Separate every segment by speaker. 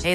Speaker 1: Hey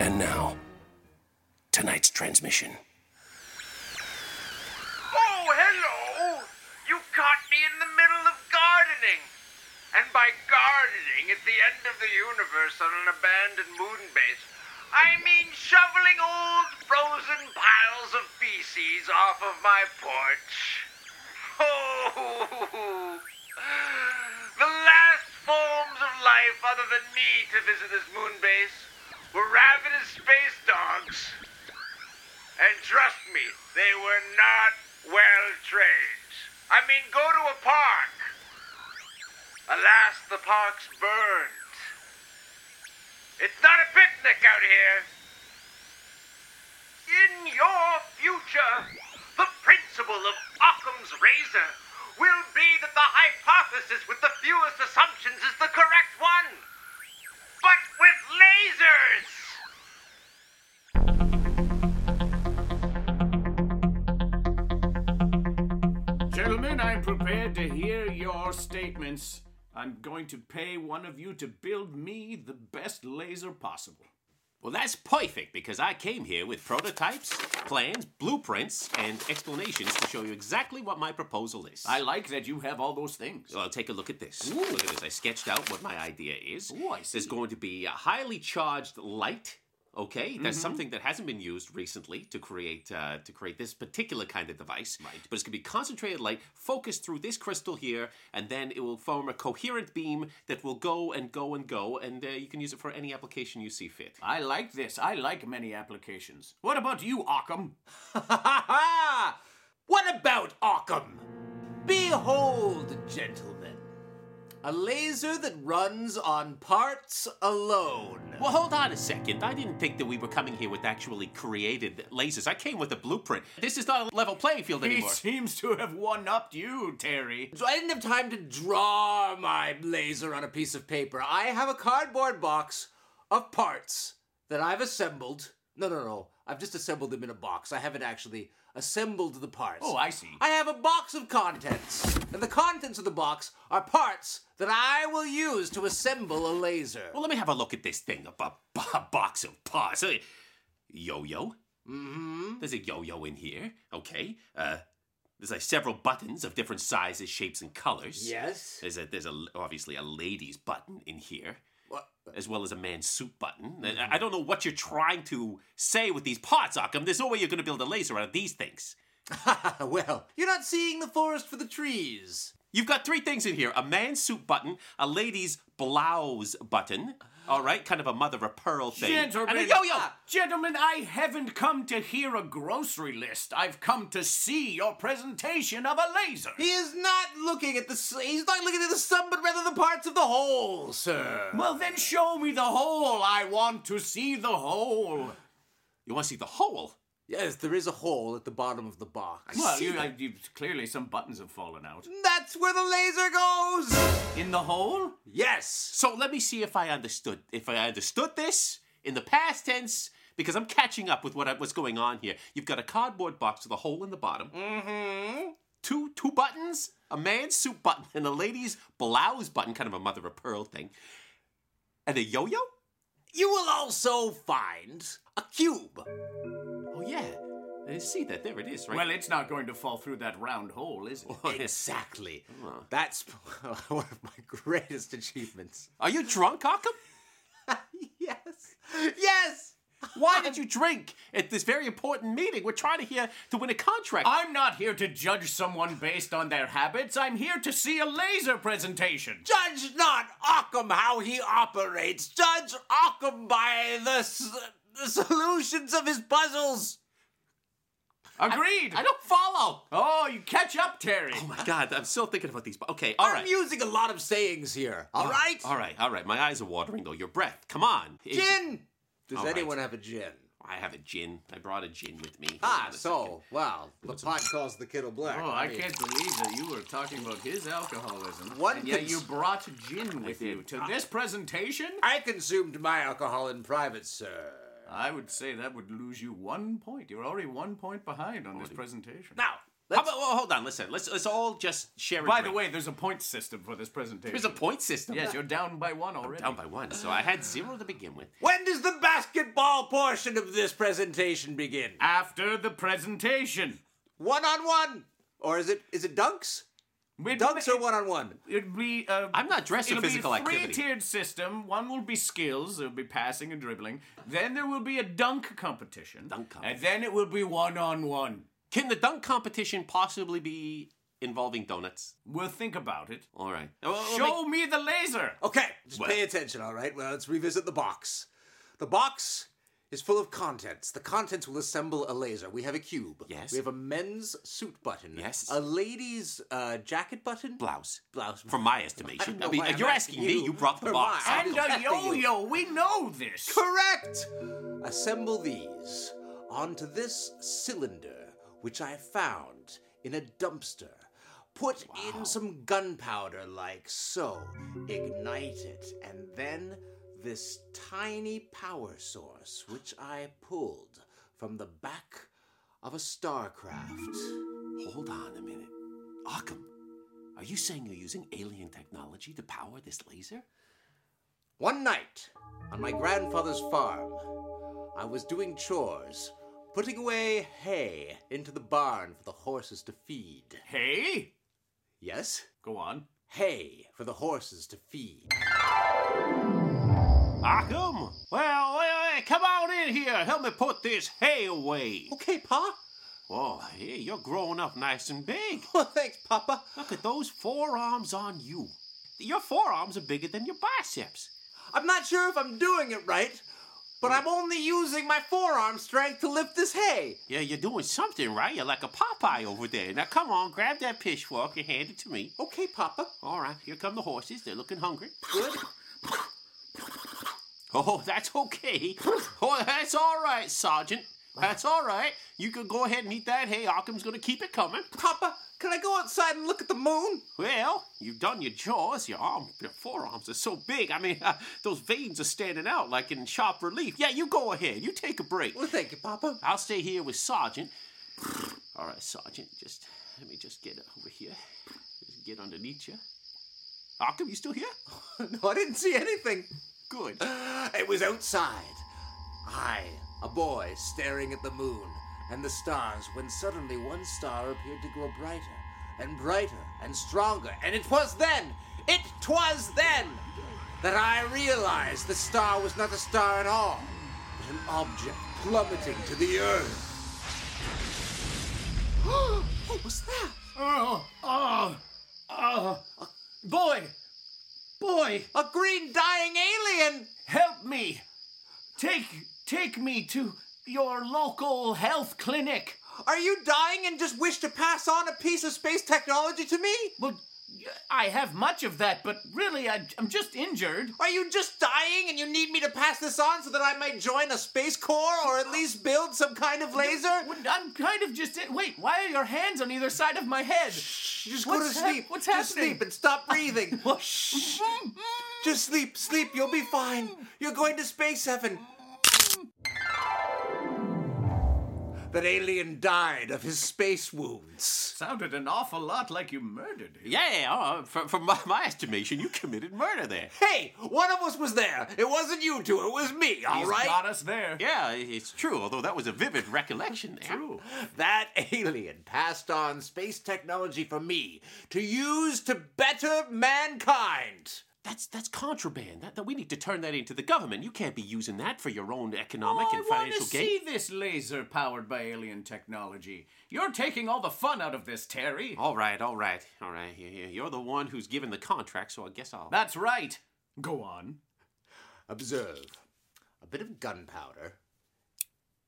Speaker 2: And now, tonight's transmission.
Speaker 3: Oh, hello! You caught me in the middle of gardening! And by gardening at the end of the universe on an abandoned moon base, I mean shoveling old frozen piles of feces off of my porch. Oh! The last forms of life other than me to visit this moon base were ravenous space dogs. And trust me, they were not well trained. I mean, go to a park. Alas, the park's burned. It's not a picnic out here. In your future, the principle of Occam's razor will be that the hypothesis with the fewest assumptions is the correct one. But with lasers!
Speaker 4: Gentlemen, I'm prepared to hear your statements. I'm going to pay one of you to build me the best laser possible.
Speaker 5: Well, that's perfect because I came here with prototypes, plans, blueprints, and explanations to show you exactly what my proposal is.
Speaker 4: I like that you have all those things.
Speaker 5: Well, take a look at this. Look at this. I sketched out what my idea is.
Speaker 4: Ooh, I
Speaker 5: There's
Speaker 4: see.
Speaker 5: going to be a highly charged light. Okay,
Speaker 4: Mm-hmm.
Speaker 5: that's something that hasn't been used recently to create uh, to create this particular kind of device. Right. But it's going to be concentrated light focused through this crystal here, and then it will form a coherent beam that will go and go and go, and uh, you can use it for any application you see fit.
Speaker 4: I like this. I like many applications. What about you, Occam?
Speaker 6: what about Occam? Behold, gentlemen, a laser that runs on parts alone.
Speaker 5: Well, hold on a second. I didn't think that we were coming here with actually created lasers. I came with a blueprint. This is not a level playing field
Speaker 4: He
Speaker 5: anymore.
Speaker 4: seems to have one upped you, Terry.
Speaker 6: So I didn't have time to draw my laser on a piece of paper. I have a cardboard box of parts that I've assembled. No, no, no. I've just assembled them in a box. I haven't actually assembled the parts.
Speaker 4: Oh, I see.
Speaker 6: I have a box of contents, and the contents of the box are parts that I will use to assemble a laser.
Speaker 5: Well, let me have a look at this thing. A, bu- a box of parts. Uh, Yo-yo. Mm-hmm. There's a yo-yo in here. Okay. Uh, there's like several buttons of different sizes, shapes, and colors.
Speaker 6: Yes.
Speaker 5: There's a there's a obviously a lady's button in here,
Speaker 6: What? Mm-hmm.
Speaker 5: as well as a man's suit button. I- I don't know what you're trying to say with these parts, Occam. There's no way you're going to build a laser out of these things.
Speaker 6: Ah, well, you're not seeing the forest for the trees.
Speaker 5: You've got three things in here a man's suit button, a lady's blouse button, all right, kind of a mother of pearl thing, and a
Speaker 4: Gentlemen, ah,
Speaker 5: yo yo.
Speaker 4: gentlemen, I haven't come to hear a grocery list. I've come to see your presentation of a laser.
Speaker 6: He is not looking at the. s- He's not looking at the sum, but rather the parts of the whole, sir.
Speaker 4: Well, then show me the whole. I want to see the whole.
Speaker 5: You want to see the whole?
Speaker 6: Yes, there is a hole at the bottom of the box.
Speaker 4: Well, you, I, you, clearly some buttons have fallen out.
Speaker 6: That's where the laser goes.
Speaker 4: In the hole?
Speaker 6: Yes.
Speaker 5: So let me see if I understood. If I understood this, in the past tense because I'm catching up with what I, what's going on here. You've got a cardboard box with a hole in the bottom. Mm-hmm. Two two buttons, a man's suit button and a lady's blouse button, kind of a mother of pearl thing, and a yo-yo.
Speaker 6: You will also find a cube.
Speaker 5: Oh yeah, I didn't see that. There it is, right? Oh,
Speaker 4: Well, it's not going to fall through that round hole, is it?
Speaker 6: Exactly. That's one of my greatest achievements.
Speaker 5: Are you drunk, Arkham?
Speaker 6: Yes. Yes!
Speaker 5: Why did you drink at this very important meeting? We're trying to hear to win a contract.
Speaker 4: I'm not here to judge someone based on their habits. I'm here to see a laser presentation.
Speaker 6: Judge not Occam how he operates. Judge Occam by the, s- the solutions of his puzzles.
Speaker 4: Agreed.
Speaker 5: I don't follow.
Speaker 4: Oh, you catch up, Terry.
Speaker 5: Oh my god, I'm still thinking about these. bu- Okay, all
Speaker 6: I'm
Speaker 5: right.
Speaker 6: using a lot of sayings here. All right?
Speaker 5: All right, all right. My eyes are watering though. Your breath. Come on. It's-
Speaker 6: Gin! Does
Speaker 5: All right.
Speaker 6: anyone have a gin?
Speaker 5: I have a gin. I brought a gin with me. Hold
Speaker 6: Ah,
Speaker 5: on a second.
Speaker 6: so, wow. The pot calls the kettle black.
Speaker 4: Oh, I
Speaker 6: mean,
Speaker 4: can't believe that you were talking about his alcoholism.
Speaker 6: One
Speaker 4: and yet
Speaker 6: could-
Speaker 4: you brought gin with you to this presentation?
Speaker 6: I consumed my alcohol in private, sir.
Speaker 4: I would say that would lose you one point. You're already one point behind on this presentation.
Speaker 6: Now,
Speaker 5: How
Speaker 6: let's
Speaker 5: about, well, hold on. Listen, let's let's all just share. a
Speaker 4: By the
Speaker 5: drink.
Speaker 4: way, there's a point system for this presentation.
Speaker 5: there's a point system.
Speaker 4: Yes, you're down by one already.
Speaker 5: down by one. So I had zero to begin with.
Speaker 6: When does the basketball portion of this presentation begin?
Speaker 4: After the presentation.
Speaker 6: One on one, or is it is it dunks?
Speaker 4: We'd
Speaker 6: Dunks
Speaker 4: ma-
Speaker 6: or one on one?
Speaker 4: It'd be. Uh,
Speaker 5: I'm not dressed in
Speaker 4: it'll
Speaker 5: physical
Speaker 4: be a
Speaker 5: activity.
Speaker 4: Three-tiered system. One will be skills. There'll be passing and dribbling. Then there will be a dunk competition.
Speaker 5: Dunk
Speaker 4: And then it will be one-on-one.
Speaker 5: Can the dunk competition possibly be involving donuts?
Speaker 4: We'll think about it.
Speaker 5: All right. Well, we'll make-
Speaker 4: Show me the laser.
Speaker 5: Oh,
Speaker 6: Okay, just pay attention, all right? Well, let's revisit the box. The box is full of contents. The contents will assemble a laser. We have a cube.
Speaker 5: Yes.
Speaker 6: We have a men's suit button.
Speaker 5: Yes.
Speaker 6: A lady's uh, jacket button.
Speaker 5: blouse.
Speaker 6: Blouse.
Speaker 5: From my estimation. I,
Speaker 6: know
Speaker 5: mean,
Speaker 6: why I'm
Speaker 5: you're
Speaker 6: asking
Speaker 5: asking me.
Speaker 6: you.
Speaker 5: You brought the
Speaker 6: For
Speaker 5: box.
Speaker 6: mine.
Speaker 5: Uncle.
Speaker 4: And a
Speaker 6: Exactly.
Speaker 4: yo-yo. We know this.
Speaker 6: Correct! Assemble these onto this cylinder, which I found in a dumpster. Put in some gunpowder like so, ignite it, and then this tiny power source, which I pulled from the back of a starcraft.
Speaker 5: Hold on a minute. Arkham, are you saying you're using alien technology to power this laser?
Speaker 6: One night, on my grandfather's farm, I was doing chores, putting away hay into the barn for the horses to feed.
Speaker 4: Hey.
Speaker 6: Yes?
Speaker 4: Go on.
Speaker 6: Hay for the horses to feed.
Speaker 5: Arkham! Well, hey, hey, come on in here. Help me put this hay away.
Speaker 6: Okay, Pa.
Speaker 5: Oh, hey, you're growing up nice and big.
Speaker 6: Well, thanks, Papa.
Speaker 5: Look at those forearms on you. Your forearms are bigger than your biceps.
Speaker 6: I'm not sure if I'm doing it right, but I'm only using my forearm strength to lift this hay.
Speaker 5: Yeah, you're doing something right. You're like a Popeye over there. Now, come on, grab that pitchfork and hand it to me.
Speaker 6: Okay, Papa.
Speaker 5: All right, here come the horses. They're looking hungry.
Speaker 6: Good.
Speaker 5: Oh, that's okay. Oh, that's all right, Sergeant. That's all right. You can go ahead and eat that hay. Arkham's going to keep it coming.
Speaker 6: Papa, can I go outside and look at the moon?
Speaker 5: Well, you've done your jaws. Your arm, your forearms are so big. I mean, those veins are standing out like in sharp relief. Yeah, you go ahead. You take a break.
Speaker 6: Well, thank you, Papa.
Speaker 5: I'll stay here with Sergeant. All right, Sergeant, just let me just get over here. Just get underneath you. Arkham, you still here?
Speaker 6: no, I didn't see anything.
Speaker 5: Good.
Speaker 6: It was outside. I, a boy, staring at the moon and the stars when suddenly one star appeared to grow brighter and brighter and stronger. And it was then, it was then, that I realized the star was not a star at all, but an object plummeting to the earth. what was that?
Speaker 4: Oh, oh, oh. Boy, boy,
Speaker 6: A green dying alien!
Speaker 4: help me. Take, take me to your local health clinic.
Speaker 6: Are you dying and just wish to pass on a piece of space technology to me?
Speaker 4: Well, I have much of that, but really, I, I'm just injured.
Speaker 6: Are you just dying and you need me to pass this on so that I might join a space corps or at least build some kind of laser?
Speaker 4: I'm kind of just. Wait, why are your hands on either side of my head?
Speaker 6: Just go
Speaker 4: What's
Speaker 6: to
Speaker 4: hap-
Speaker 6: sleep.
Speaker 4: what's
Speaker 6: just
Speaker 4: happening?
Speaker 6: sleep and stop breathing.
Speaker 4: What?
Speaker 6: just sleep, sleep. You'll be fine. You're going to space heaven. that Alien died of his space wounds.
Speaker 4: Sounded an awful lot like you murdered him.
Speaker 5: Yeah, uh, from, from my, my estimation, you committed murder there.
Speaker 6: Hey, one of us was there. It wasn't you two, it was me, all
Speaker 4: He's
Speaker 6: right?
Speaker 4: got us there.
Speaker 5: Yeah, it's true, although that was a vivid recollection there. True.
Speaker 6: That alien passed on space technology for me to use to better mankind.
Speaker 5: That's that's contraband. That, that we need to turn that into the government. You can't be using that for your own economic
Speaker 4: Oh, I
Speaker 5: and
Speaker 4: want to
Speaker 5: financial gain.
Speaker 4: see this laser powered by alien technology. You're taking all the fun out of this, Terry.
Speaker 5: All right, all right, all right. You- you- You're the one who's given the contract, so I guess I'll.
Speaker 4: That's right. Go on.
Speaker 6: Observe a bit of gunpowder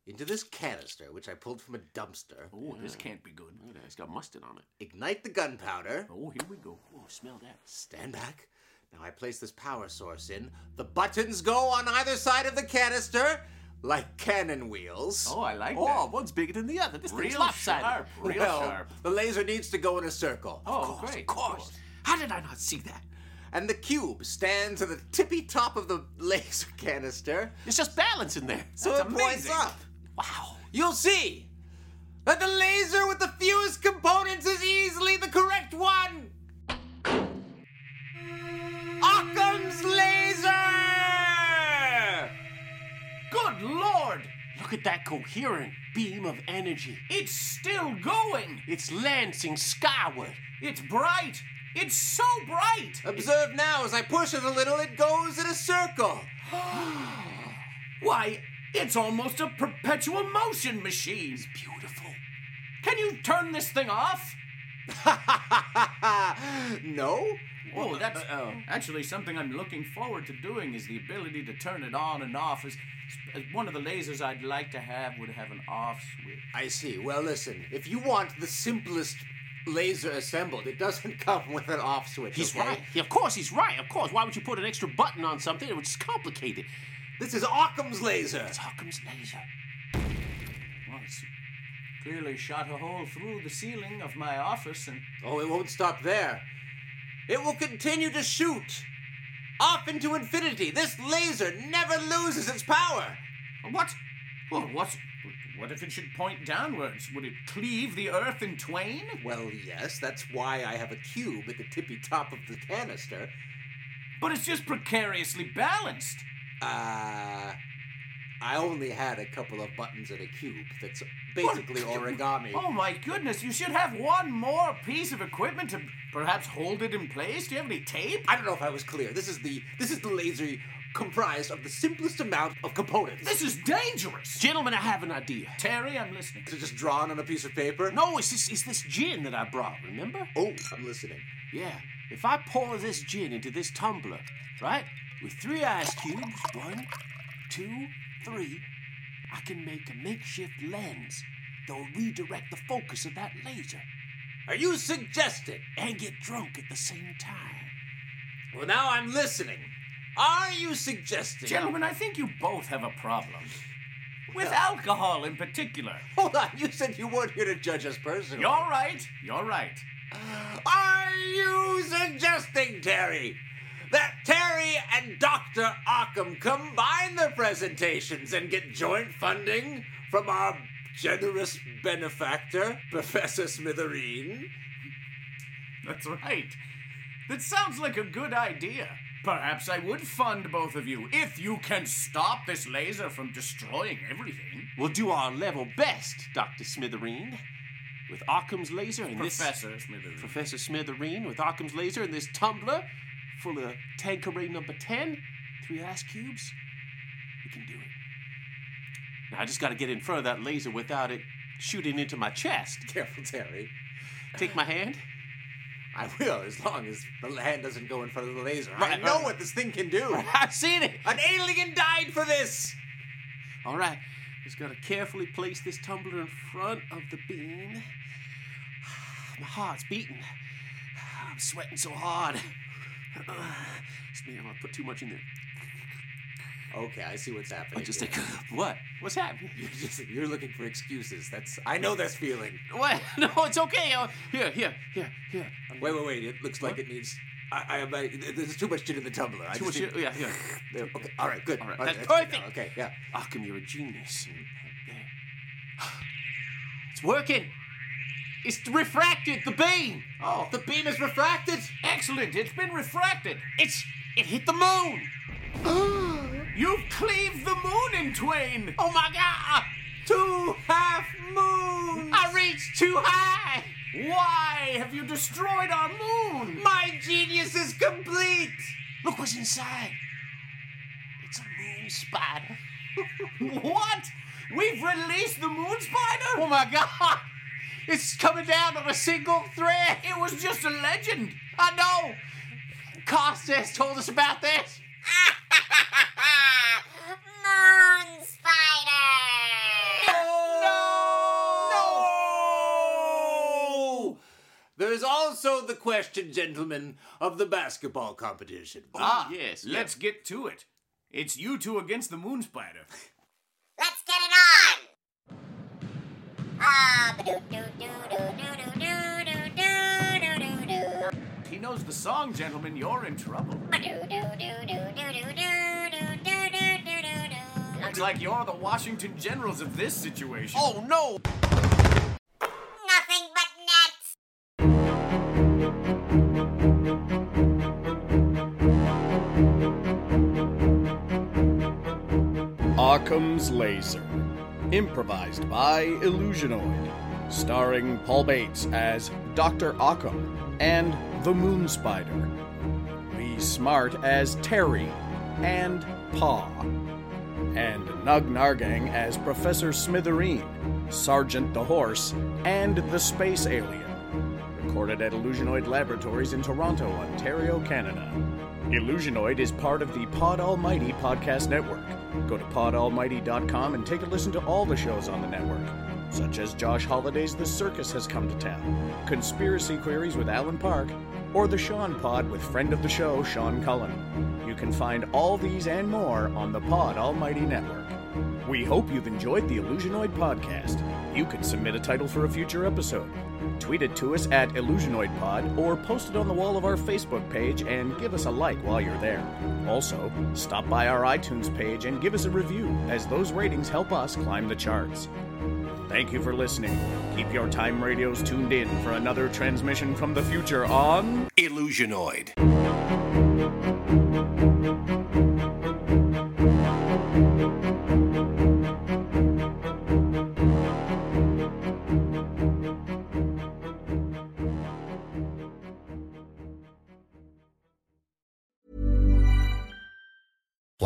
Speaker 6: into this canister, which I pulled from a dumpster.
Speaker 4: Oh, this can't be good.
Speaker 5: Look at that, uh, It's got mustard on it.
Speaker 6: Ignite the gunpowder.
Speaker 4: Oh, here we go.
Speaker 5: Oh, smell that.
Speaker 6: Stand back. Now I place this power source in. The buttons go on either side of the canister like cannon wheels.
Speaker 4: Oh, I like
Speaker 5: Oh,
Speaker 4: that.
Speaker 5: one's bigger than the other. This thing's
Speaker 4: Real
Speaker 5: lopsided.
Speaker 4: sharp. Real
Speaker 6: well,
Speaker 4: sharp.
Speaker 6: the laser needs to go in a circle.
Speaker 4: Oh,
Speaker 5: Of course,
Speaker 4: great.
Speaker 5: of course. How did I not see that?
Speaker 6: and the cube stands at the tippy top of the laser canister,
Speaker 5: It's just balance in there.
Speaker 6: so
Speaker 4: That's
Speaker 6: it points
Speaker 4: amazing.
Speaker 6: up.
Speaker 5: Wow.
Speaker 6: You'll see that the laser with the fewest components is easily the correct one. Occam's laser.
Speaker 4: Good lord!
Speaker 5: Look at that coherent beam of energy.
Speaker 4: It's still going!
Speaker 5: It's lancing skyward. Uh,
Speaker 4: It's bright! It's so bright!
Speaker 6: Observe now as I push it a little, it goes in a circle.
Speaker 4: Why, it's almost a perpetual motion machine! It's beautiful. Can you turn this thing off?
Speaker 6: no?
Speaker 4: Oh,
Speaker 5: uh,
Speaker 4: that's actually something I'm looking forward to doing is the ability to turn it on and off. Is is one of the lasers I'd like to have would have an off switch.
Speaker 6: I see. Well, listen, if you want the simplest laser assembled, it doesn't come with an off switch.
Speaker 5: He's
Speaker 6: okay?
Speaker 5: right. Yeah, of course, he's right. Of course. Why would you put an extra button on something? It would just complicate it.
Speaker 6: This is Occam's laser.
Speaker 5: Occam's laser.
Speaker 4: Well, it's clearly shot a hole through the ceiling of my office and
Speaker 6: Oh, it won't stop there. It will continue to shoot off into infinity. This laser never loses its power.
Speaker 4: What? Well, what? What if it should point downwards? Would it cleave the earth in twain?
Speaker 6: Well, yes, that's why I have a cube at the tippy top of the canister.
Speaker 4: But it's just precariously balanced.
Speaker 6: Uh, I only had a couple of buttons and a cube that's basically
Speaker 4: What-
Speaker 6: origami.
Speaker 4: Oh my goodness! You should have one more piece of equipment to perhaps hold it in place. Do you have any tape?
Speaker 6: I don't know if I was clear. This is the this is the laser comprised of the simplest amount of components.
Speaker 4: This is dangerous.
Speaker 5: Gentlemen, I have an idea.
Speaker 4: Terry, I'm listening.
Speaker 6: is it just drawn on a piece of paper.
Speaker 5: No, it's this, it's this gin that I brought, remember?
Speaker 6: Oh, I'm listening.
Speaker 5: Yeah. If I pour this gin into this tumbler, right, with three ice cubes, one, two, three, I can make a makeshift lens that'll redirect the focus of that laser
Speaker 6: Are you suggesting?
Speaker 5: and get drunk at the same time.
Speaker 6: Well, now I'm listening. Are you suggesting?
Speaker 4: Gentlemen, I think you both have a problem. With alcohol in particular.
Speaker 6: Hold on, you said you weren't here to judge us personally.
Speaker 4: You're right. You're right.
Speaker 6: Are you suggesting, Terry, that Terry and Dr. Ockham combine their presentations and get joint funding from our generous benefactor, Professor Smithereen?
Speaker 4: That's right. That sounds like a good idea. Perhaps I would fund both of you if you can stop this laser from destroying everything.
Speaker 5: We'll do our level best, Dr. Smithereen, with Occam's laser and this.
Speaker 4: Professor Smithers.
Speaker 5: Professor Smithereen with Occam's laser in this tumbler full of Tanqueray number 10, three ice cubes. We can do it. Now I just gotta get in front of that laser without it shooting into my chest.
Speaker 6: Careful, Terry.
Speaker 5: Take my hand.
Speaker 6: I will, as long as the hand doesn't go in front of the laser.
Speaker 5: Right,
Speaker 6: I know
Speaker 5: right.
Speaker 6: what this thing can do.
Speaker 5: I've seen it!
Speaker 6: An alien died for this!
Speaker 5: All right, just gotta carefully place this tumbler in front of the beam. My heart's beating. I'm sweating so hard. Smear, I put too much in there.
Speaker 6: Okay, I see what's happening.
Speaker 5: I just
Speaker 6: here.
Speaker 5: take what? What's happening?
Speaker 6: You're just you're looking for excuses. That's I know this feeling.
Speaker 5: What? No, it's okay. Oh, here, here, here, here.
Speaker 6: Wait, wait, wait. It looks like it needs. I, I, I there's too much shit in the tumbler. I
Speaker 5: Too much.
Speaker 6: just need-
Speaker 5: Yeah, yeah.
Speaker 6: There, okay. All right. Good.
Speaker 5: All right, that's
Speaker 6: good now,
Speaker 5: perfect.
Speaker 6: Okay. Yeah.
Speaker 5: Occam, you're a genius. There. It's working. It's refracted. The beam.
Speaker 4: Oh.
Speaker 5: The beam is refracted.
Speaker 4: Excellent! It's been refracted!
Speaker 5: It's it hit the moon.
Speaker 4: You've cleaved the moon in twain!
Speaker 5: Oh my god!
Speaker 6: Two half moons!
Speaker 5: I reached too high.
Speaker 4: Why have you destroyed our moon?
Speaker 6: My genius is complete!
Speaker 5: Look what's inside. It's a moon spider.
Speaker 4: What? We've released the moon spider?
Speaker 5: Oh my god! It's coming down on a single thread.
Speaker 4: It was just a legend!
Speaker 5: I know. Costas told us about this.
Speaker 7: Moon spider!
Speaker 6: No! There is also the question, gentlemen, of the basketball competition.
Speaker 5: Ah, yes.
Speaker 4: Let's get to it. It's you two against the moon spider.
Speaker 7: Let's get it on! Ah, ba-do-do-do-do-do-do-do-do-do-do-do-do.
Speaker 4: He knows the song, gentlemen. You're in trouble.
Speaker 7: Ba-do-do-do-do-do-do-do-do-do-do-do.
Speaker 4: Looks like you're the Washington Generals of this situation.
Speaker 5: Oh no!
Speaker 7: Nothing but nets!
Speaker 8: Occam's Laser. Improvised by Illusionoid. Starring Paul Bates as Dr. Occam and the Moon Spider. Lee Smart as Terry and Paw. And Nug Nargang as Professor Smithereen, Sergeant the Horse, and the Space Alien. Recorded at Illusionoid Laboratories in Toronto, Ontario, Canada. Illusionoid is part of the Pod Almighty podcast network. Go to podalmighty.com and take a listen to all the shows on the network, such as Josh Holliday's The Circus Has Come to Town, Conspiracy Queries with Alan Park, or The Sean Pod with friend of the show, Sean Cullen. You can find all these and more on the Pod Almighty network. We hope you've enjoyed the Illusionoid podcast. You can submit a title for a future episode. Tweet it to us at IllusionoidPod or post it on the wall of our Facebook page and give us a like while you're there. Also, stop by our iTunes page and give us a review, as those ratings help us climb the charts. Thank you for listening. Keep your time radios tuned in for another transmission from the future on.
Speaker 2: Illusionoid.